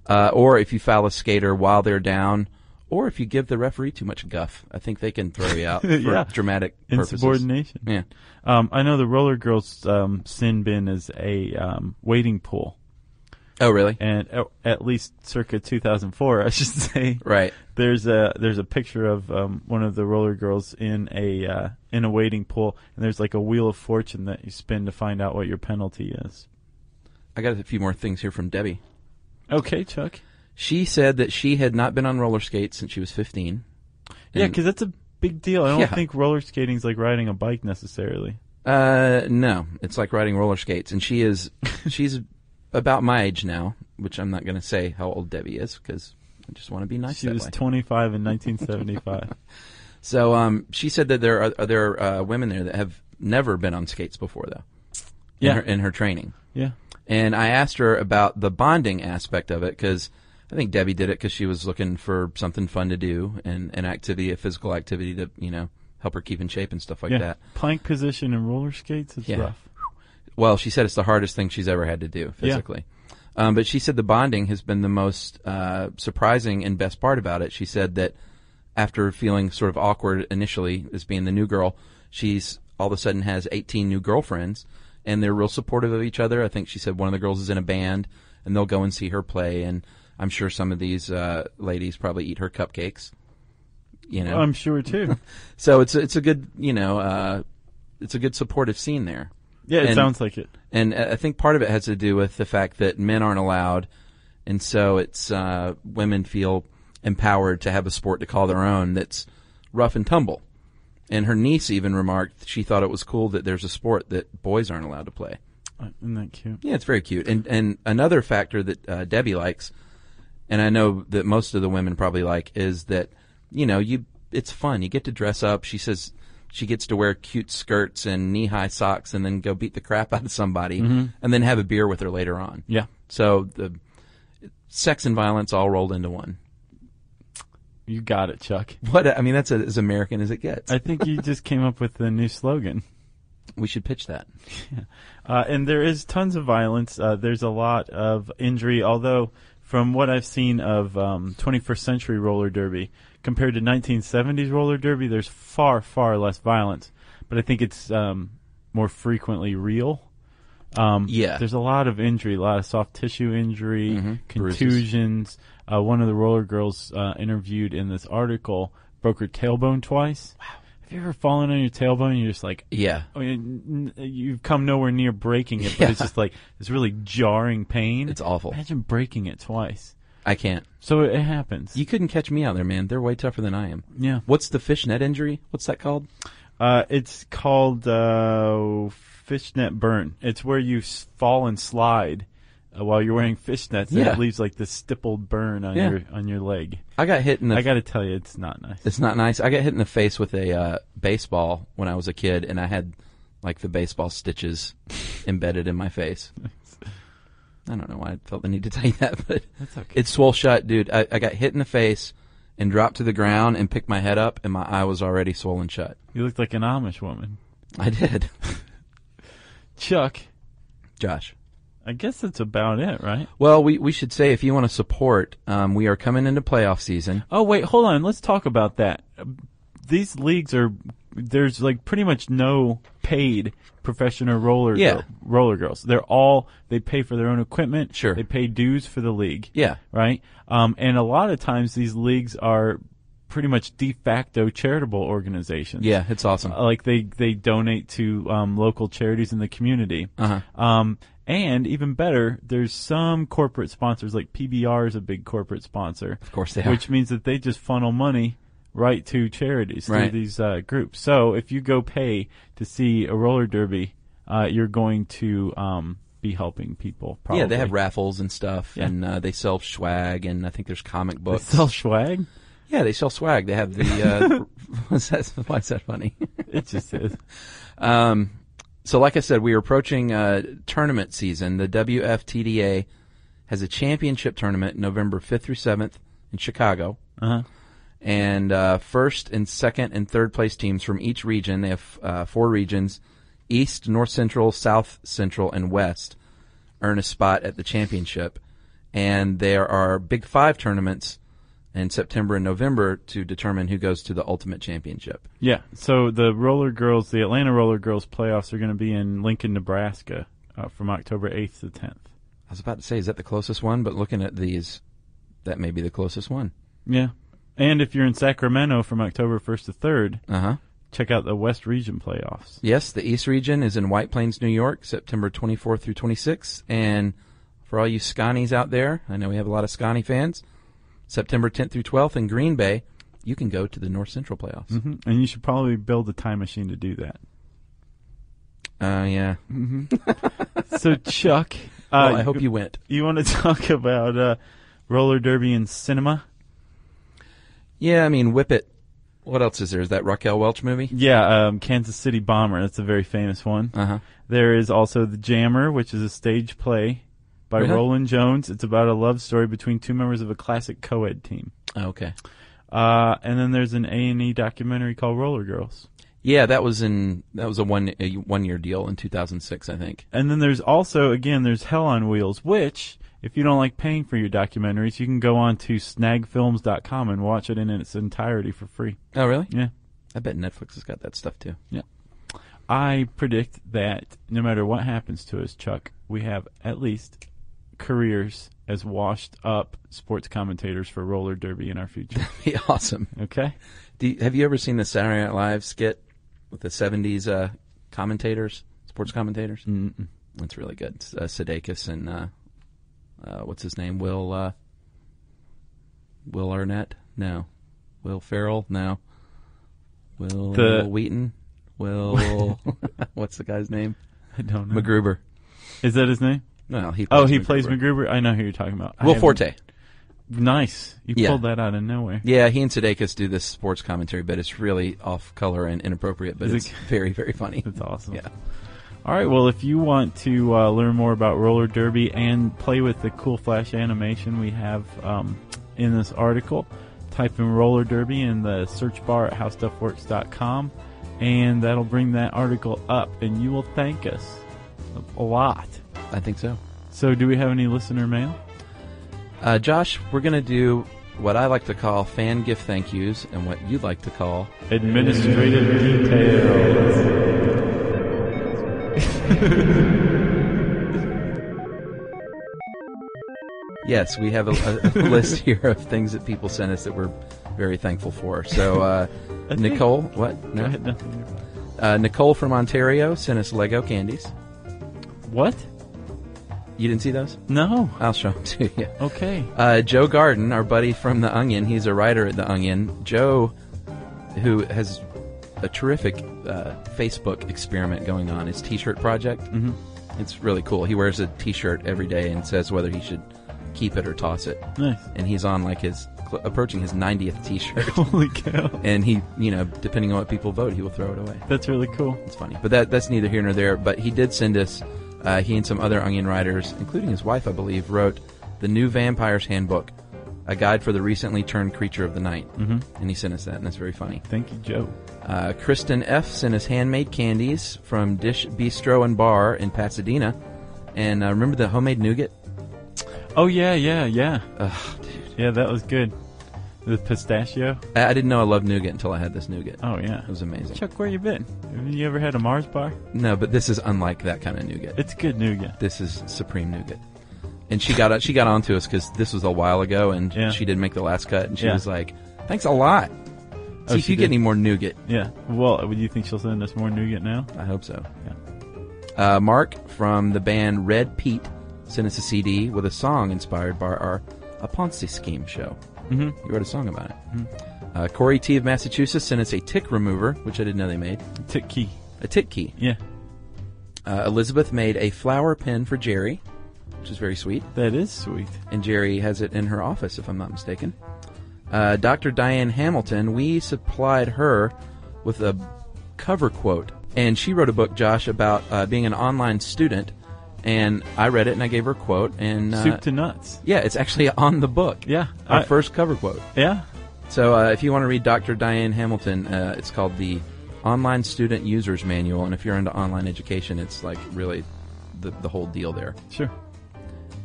Speaker 3: Uh, or if you foul a skater while they're down, or if you give the referee too much guff, I think they can throw you out for
Speaker 2: Yeah.
Speaker 3: dramatic purposes.
Speaker 2: insubordination.
Speaker 3: Yeah.
Speaker 2: Um, I know the roller girls um, sin bin is a um, waiting pool.
Speaker 3: Oh, really?
Speaker 2: And at, at least circa 2004, I should say.
Speaker 3: Right.
Speaker 2: There's a there's a picture of um, one of the roller girls in a uh, in a waiting pool, and there's like a wheel of fortune that you spin to find out what your penalty is.
Speaker 3: I got a few more things here from Debbie.
Speaker 2: Okay, Chuck.
Speaker 3: She said that she had not been on roller skates since she was 15.
Speaker 2: Yeah,
Speaker 3: And-
Speaker 2: because that's a big deal. I don't
Speaker 3: Yeah.
Speaker 2: think roller skating's like riding a bike necessarily.
Speaker 3: Uh, no, it's like riding roller skates, and she is she's about my age now, which I'm not going to say how old Debbie is because I just want to be nice.
Speaker 2: She
Speaker 3: that
Speaker 2: was
Speaker 3: way.
Speaker 2: 25 in 1975.
Speaker 3: so um, she said that there are, are there are, uh, women there that have never been on skates before though. In
Speaker 2: Yeah.
Speaker 3: her, in her training,
Speaker 2: yeah.
Speaker 3: and I asked her about the bonding aspect of it because I think Debbie did it because she was looking for something fun to do and an activity, a physical activity to you know help her keep in shape and stuff like
Speaker 2: yeah.
Speaker 3: that.
Speaker 2: Plank position and roller skates is
Speaker 3: Yeah.
Speaker 2: rough.
Speaker 3: Well, she said it's the hardest thing she's ever had to do physically. Um, but she said the bonding has been the most uh, surprising and best part about it. She said that after feeling sort of awkward initially as being the new girl, she's all of a sudden has 18 new girlfriends, and they're real supportive of each other. I think she said one of the girls is in a band, and they'll go and see her play. And I'm sure some of these uh, ladies probably eat her cupcakes. You know,
Speaker 2: I'm sure too.
Speaker 3: so it's a, it's a good you know uh, it's a good supportive scene there.
Speaker 2: Yeah, it
Speaker 3: And-
Speaker 2: sounds like it.
Speaker 3: And uh, I think part of it has to do with the fact that men aren't allowed, and so it's uh, women feel empowered to have a sport to call their own that's rough and tumble. And her niece even remarked she thought it was cool that there's a sport that boys aren't allowed to play.
Speaker 2: Uh, Isn't that cute?
Speaker 3: Yeah, it's very cute. And and another factor that uh, Debbie likes, and I know that most of the women probably like, is that you know you it's fun. You get to dress up. She says she gets to wear cute skirts and knee high socks, and then go beat the crap out of somebody,
Speaker 2: Mm-hmm.
Speaker 3: and then have a beer with her later on.
Speaker 2: Yeah.
Speaker 3: So the sex and violence all rolled into one.
Speaker 2: You got it, Chuck.
Speaker 3: What I mean, that's as American as it gets.
Speaker 2: I think you just came up with a new slogan.
Speaker 3: we should pitch that.
Speaker 2: Uh, and there is tons of violence. Uh, there's a lot of injury, although from what I've seen of um, 21st century roller derby compared to 1970s roller derby, there's far, far less violence. But I think it's um, more frequently real. Um,
Speaker 3: Yeah.
Speaker 2: There's a lot of injury, a lot of soft tissue injury,
Speaker 3: Bruises.
Speaker 2: contusions. Uh, one of the roller girls uh, interviewed in this article broke her tailbone twice. Wow. Have you ever fallen on your tailbone and you're just like,
Speaker 3: Yeah.
Speaker 2: I mean, n- you've come nowhere near breaking it, but it's
Speaker 3: Yeah.
Speaker 2: just like this really jarring pain.
Speaker 3: It's awful.
Speaker 2: Imagine breaking it twice.
Speaker 3: I can't.
Speaker 2: So it, it happens.
Speaker 3: You couldn't catch me out there, man. They're way tougher than I am.
Speaker 2: yeah.
Speaker 3: What's the fishnet injury? What's that called?
Speaker 2: Uh, it's called uh, fishnet burn. It's where you s- fall and slide uh, while you're wearing fishnets, and
Speaker 3: Yeah.
Speaker 2: it leaves like this stippled burn on
Speaker 3: Yeah.
Speaker 2: your on your leg.
Speaker 3: I got hit in the
Speaker 2: I got to tell you, it's not nice.
Speaker 3: It's not nice. I got hit in the face with a uh, baseball when I was a kid, and I had like the baseball stitches embedded in my face. I don't know why I felt the need to tell you that, but
Speaker 2: That's okay.
Speaker 3: it swole shut, dude. I, I got hit in the face and dropped to the ground and picked my head up, and my eye was already swollen shut.
Speaker 2: You looked like an Amish woman,
Speaker 3: I did,
Speaker 2: Chuck.
Speaker 3: Josh.
Speaker 2: I guess that's about it, right?
Speaker 3: Well, we, we should say if you want to support, um, we are coming into playoff season.
Speaker 2: Oh wait, hold on. Let's talk about that. These leagues are there's like pretty much no paid professional roller
Speaker 3: Yeah.
Speaker 2: girl- roller girls. They're all they pay for their own equipment.
Speaker 3: Sure.
Speaker 2: they pay dues for the league.
Speaker 3: Yeah.
Speaker 2: right. Um, and a lot of times these leagues are pretty much de facto charitable organizations.
Speaker 3: Yeah, it's awesome.
Speaker 2: Uh, like they they donate to um, local charities in the community.
Speaker 3: Uh-huh.
Speaker 2: Um, and even better, there's some corporate sponsors like PBR is a big corporate sponsor. Of
Speaker 3: course they are.
Speaker 2: Which means that they just funnel money right to charities
Speaker 3: Right.
Speaker 2: through these uh, groups. So if you go pay to see a roller derby, uh, you're going to um, be helping people. Probably.
Speaker 3: Yeah, they have raffles and stuff,
Speaker 2: Yeah.
Speaker 3: and uh, they sell swag, and I think there's comic
Speaker 2: They
Speaker 3: books.
Speaker 2: sell swag.
Speaker 3: yeah, they sell swag. They have the. Uh, what's that, why is that funny?
Speaker 2: It just is.
Speaker 3: Um, so, like I said, we are approaching uh, tournament season. The WFTDA has a championship tournament November 5th through 7th in Chicago.
Speaker 2: Uh-huh.
Speaker 3: And uh, first and second and third place teams from each region, they have uh, four regions East, North Central, South Central, and West earn a spot at the championship. And there are Big Five tournaments in September and November to determine who goes to the ultimate championship.
Speaker 2: Yeah. So the roller girls, the Atlanta roller girls playoffs are going to be in Lincoln, Nebraska, uh, from October 8th to 10th.
Speaker 3: I was about to say, is that the closest one? But looking at these, that may be the closest one.
Speaker 2: Yeah. And if you're in Sacramento from October 1st to 3rd,
Speaker 3: Uh huh.
Speaker 2: check out the West Region playoffs.
Speaker 3: Yes, the East region is in White Plains, New York, September 24th through 26th. And for all you Scotties out there, I know we have a lot of Scotty fans. September 10th through 12th in Green Bay, you can go to the North Central playoffs.
Speaker 2: hmm And you should probably build a time machine to do that.
Speaker 3: Uh, yeah.
Speaker 2: So, Chuck, uh,
Speaker 3: Well, I hope you went.
Speaker 2: you want to talk about uh, roller derby and cinema?
Speaker 3: Yeah, I mean, whip it. What else is there? Is that Raquel Welch movie?
Speaker 2: Yeah, um, Kansas City Bomber. That's a very famous one.
Speaker 3: Uh huh.
Speaker 2: There is also The Jammer, which is a stage play by
Speaker 3: Really?
Speaker 2: Roland Jones. It's about a love story between two members of a classic co-ed team.
Speaker 3: Oh, Okay.
Speaker 2: Uh, and then there's an A&E documentary called Roller Girls.
Speaker 3: Yeah, that was in that was a one a one year deal in 2006, I think.
Speaker 2: And then there's also, again, there's Hell on Wheels, which, if you don't like paying for your documentaries, you can go on to snagfilms.com and watch it in its entirety for free.
Speaker 3: Oh, really?
Speaker 2: Yeah.
Speaker 3: I bet Netflix has got that stuff too.
Speaker 2: I predict that no matter what happens to us, Chuck, we have at least careers as washed up sports commentators for roller derby in our future.
Speaker 3: Be awesome.
Speaker 2: Okay?
Speaker 3: Do you, have you ever seen the Saturday Night Live skit with the '70s uh, commentators, sports commentators?
Speaker 2: Mm-mm.
Speaker 3: That's really good. It's, uh, Sudeikis and uh, uh, what's his name? Will uh, Will Arnett? No. Will Farrell? No. Will,
Speaker 2: The-
Speaker 3: Wheaton? Will what's the guy's name?
Speaker 2: I don't know.
Speaker 3: MacGruber.
Speaker 2: Is that his name?
Speaker 3: No, he. Plays
Speaker 2: Oh, he plays McGruber. I know who you're talking about. I
Speaker 3: Will
Speaker 2: haven't-
Speaker 3: Forte.
Speaker 2: Nice. You
Speaker 3: Yeah.
Speaker 2: pulled that out of nowhere.
Speaker 3: Yeah, he and Sudeikis do this sports commentary, but it's really off color and inappropriate. But
Speaker 2: Is it-
Speaker 3: it's very, very funny.
Speaker 2: That's awesome.
Speaker 3: Yeah.
Speaker 2: All right. Well, if you want to uh, learn more about roller derby and play with the cool flash animation we have um, in this article, type in roller derby in the search bar at howstuffworks.com, and that'll bring that article up, and you will thank us a lot.
Speaker 3: I think so.
Speaker 2: So, do we have any listener mail?
Speaker 3: Uh, Josh, we're going to do what I like to call fan gift thank yous and what you like to call.
Speaker 2: Administrative details.
Speaker 3: Yes, we have a, a, a list here of things that people sent us that we're very thankful for. So, uh,
Speaker 2: I think-
Speaker 3: Nicole, what?
Speaker 2: I
Speaker 3: No.
Speaker 2: had nothing.
Speaker 3: Uh, Nicole from Ontario sent us Lego candies.
Speaker 2: What?
Speaker 3: You didn't see those?
Speaker 2: No.
Speaker 3: I'll show them to you.
Speaker 2: Okay.
Speaker 3: Uh, Joe Garden, our buddy from The Onion, he's a writer at The Onion. Joe, who has a terrific uh, Facebook experiment going on, his T-shirt project. Mm-hmm. It's really cool. He wears a T-shirt every day and says whether he should keep it or toss it.
Speaker 2: Nice.
Speaker 3: And he's on like his cl- approaching his 90th T-shirt,
Speaker 2: Holy cow.
Speaker 3: and he, you know, depending on what people vote, he will throw it away.
Speaker 2: That's really cool.
Speaker 3: It's funny, but that that's neither here nor there. But he did send us. Uh, he and some other Onion writers, including his wife, I believe, wrote the new Vampire's Handbook, a guide for the recently turned creature of the night. Mm-hmm. And he sent us that, and that's very funny.
Speaker 2: Thank you, Joe.
Speaker 3: Uh, Kristen F sent us handmade candies from Dish Bistro and Bar in Pasadena, And uh, remember the homemade nougat?
Speaker 2: Oh yeah, yeah, yeah,
Speaker 3: Ugh, dude.
Speaker 2: yeah. That was good. The pistachio.
Speaker 3: I, I didn't know I loved nougat until I had this nougat.
Speaker 2: Oh yeah,
Speaker 3: It was amazing.
Speaker 2: Chuck, where you been? Have you ever had a Mars bar?
Speaker 3: No, but this is unlike that kind of nougat.
Speaker 2: It's good nougat.
Speaker 3: This is supreme nougat. And she got she got onto us because this was a while ago, and
Speaker 2: Yeah.
Speaker 3: she did make the last cut, and she
Speaker 2: Yeah. Oh,
Speaker 3: was like, "Thanks a lot." See if
Speaker 2: she
Speaker 3: you get
Speaker 2: did?
Speaker 3: any more nougat.
Speaker 2: Yeah. Well, do you think she'll send us more nougat now?
Speaker 3: I hope so. Uh, Mark from the band Red Pete sent us a CD with a song inspired by our A Ponzi Scheme show. Mm-hmm. He wrote a song about it.
Speaker 2: Mm-hmm.
Speaker 3: Uh, Corey T of Massachusetts sent us a tick remover, which I didn't know they made,
Speaker 2: Tick key.
Speaker 3: a tick key.
Speaker 2: Yeah,
Speaker 3: Uh, Elizabeth made a flower pen for Jerry, which is very sweet,
Speaker 2: that is sweet.
Speaker 3: and Jerry has it in her office, if I'm not mistaken. Uh, Dr. Diane Hamilton, we supplied her with a cover quote, and she wrote a book, Josh, about uh, being an online student. And I read it, and I gave her a quote, and uh,
Speaker 2: Soup to nuts.
Speaker 3: yeah, it's actually on the book.
Speaker 2: Yeah,
Speaker 3: our
Speaker 2: I-
Speaker 3: first cover quote.
Speaker 2: Yeah.
Speaker 3: So uh, if you want to read Dr. Diane Hamilton, uh, it's called the Online Student User's Manual. And if you're into online education, it's like really the, the whole deal there.
Speaker 2: Sure.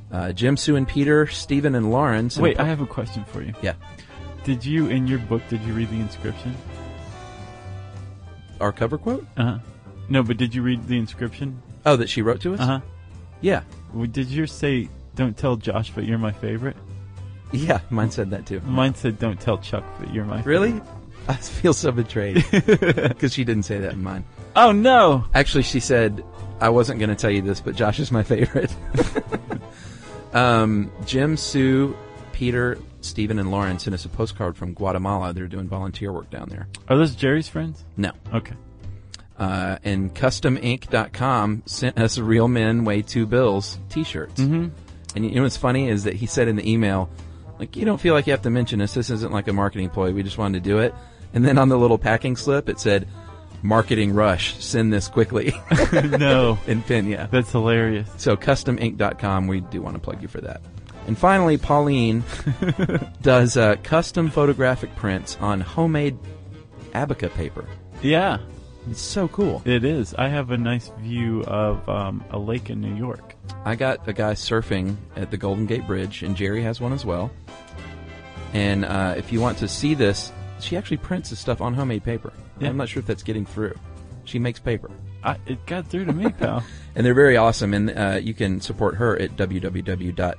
Speaker 3: Uh, Jim, Sue, and Peter, Stephen, and Lauren. sent
Speaker 2: Wait,
Speaker 3: a-
Speaker 2: I have a question for you.
Speaker 3: Yeah.
Speaker 2: Did you in your book? Did you read the inscription?
Speaker 3: Our cover quote?
Speaker 2: Uh huh. No, but did you read the inscription?
Speaker 3: Oh, that she wrote to us?
Speaker 2: Uh huh.
Speaker 3: Yeah.
Speaker 2: Well, Did yours say "Don't tell Josh, but you're my favorite"?
Speaker 3: Yeah, mine said that too.
Speaker 2: Mine said "Don't tell Chuck, but you're my."
Speaker 3: Really? I feel so betrayed because she didn't say that in mine.
Speaker 2: Oh no!
Speaker 3: Actually, she said, I wasn't going to tell you this, but Josh is my favorite. um, Jim, Sue, Peter, Stephen, and Lauren sent us a postcard from Guatemala. They're doing volunteer work down there.
Speaker 2: Are those Jerry's friends?
Speaker 3: No.
Speaker 2: Okay.
Speaker 3: Uh, and CustomInc.com sent us Real Men Weigh Two Bills t shirts. Mm-hmm. And you know what's funny is that he said in the email, like, you don't feel like you have to mention this. This isn't like a marketing ploy. We just wanted to do it. And then on the little packing slip, it said, Marketing Rush, send this quickly
Speaker 2: no,
Speaker 3: in pen, yeah.
Speaker 2: that's hilarious.
Speaker 3: So custominc.com, we do want to plug you for that. And finally, Pauline does uh, custom photographic prints on homemade abaca paper.
Speaker 2: Yeah,
Speaker 3: It's so cool.
Speaker 2: it is. I have a nice view of um, a lake in New York.
Speaker 3: I got a guy surfing at the Golden Gate Bridge, and Jerry has one as well. And uh, if you want to see this, she actually prints this stuff on homemade paper.
Speaker 2: Yeah.
Speaker 3: I'm not sure if that's getting through. She makes paper.
Speaker 2: I, it got through to me, pal.
Speaker 3: And they're very awesome, and uh, you can support her at www.psphoto.ca.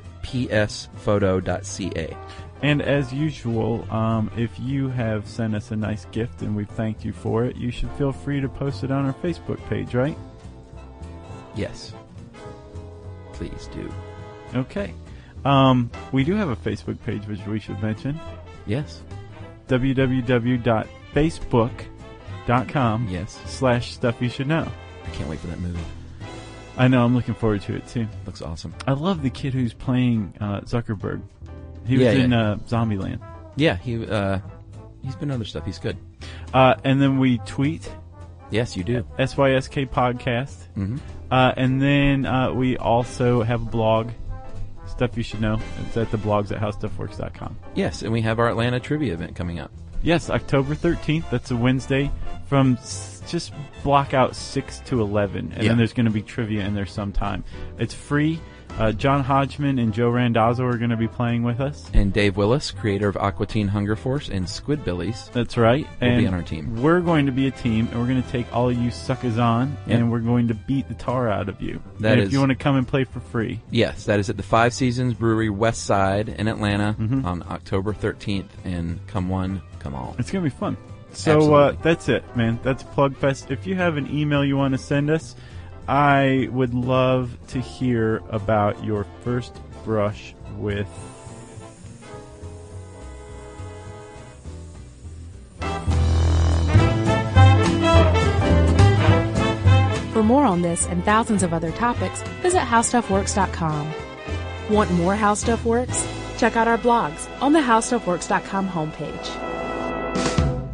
Speaker 2: And as usual, um, if you have sent us a nice gift and we've thanked you for it, you should feel free to post it on our Facebook page, right?
Speaker 3: Yes. Please do.
Speaker 2: Okay. Um, we do have a Facebook page, which we should mention
Speaker 3: Yes.
Speaker 2: www.facebook.com
Speaker 3: Yes.
Speaker 2: slash stuff you should know.
Speaker 3: I can't wait for that movie.
Speaker 2: I know, I'm looking forward to it too.
Speaker 3: Looks awesome.
Speaker 2: I love the kid who's playing uh, Zuckerberg. He was
Speaker 3: Yeah,
Speaker 2: in
Speaker 3: yeah.
Speaker 2: Uh, Zombieland.
Speaker 3: Yeah, he uh he's been other stuff. He's good.
Speaker 2: Uh, and then we tweet
Speaker 3: Yes, you do.
Speaker 2: SYSK Podcast.
Speaker 3: Mm-hmm.
Speaker 2: Uh, and then uh, we also have a blog, Stuff You Should Know. It's at the blogs at howstuffworks.com.
Speaker 3: Yes, and we have our Atlanta trivia event coming up.
Speaker 2: Yes, October 13th. That's a Wednesday from s- just block out 6 to 11. And
Speaker 3: Yeah.
Speaker 2: then there's going to be trivia in there sometime. It's free. Uh, John Hodgman and Joe Randazzo are going to be playing with us.
Speaker 3: And Dave Willis, creator of Aquatine Hunger Force and Squidbillies.
Speaker 2: That's right.
Speaker 3: We'll be
Speaker 2: and
Speaker 3: on our team.
Speaker 2: We're going to be a team, and we're going to take all you suckers on,
Speaker 3: Yeah.
Speaker 2: and we're going to beat the tar out of you.
Speaker 3: That
Speaker 2: and
Speaker 3: is-
Speaker 2: if you want to come and play for free,
Speaker 3: Yes, that is at the Five Seasons Brewery West Side in Atlanta on October 13th. And come one, come all.
Speaker 2: It's gonna be fun. So uh,
Speaker 3: Absolutely.
Speaker 2: that's it, man. That's Plug Fest. If you have an email you want to send us, I would love to hear about your first brush with.
Speaker 1: For more on this and thousands of other topics, visit howstuffworks.com. Want more How Stuff Works? Check out our blogs on the howstuffworks.com homepage.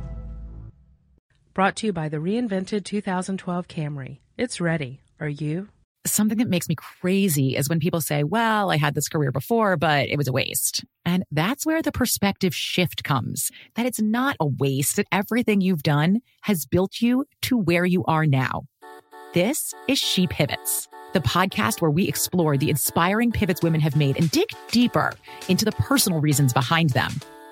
Speaker 1: Brought to you by the reinvented 2012 Camry. It's ready. Are you?
Speaker 4: Something that makes me crazy is when people say, well, I had this career before, but it was a waste. And that's where the perspective shift comes that it's not a waste, that everything you've done has built you to where you are now. This is She Pivots, the podcast where we explore the inspiring pivots women have made and dig deeper into the personal reasons behind them.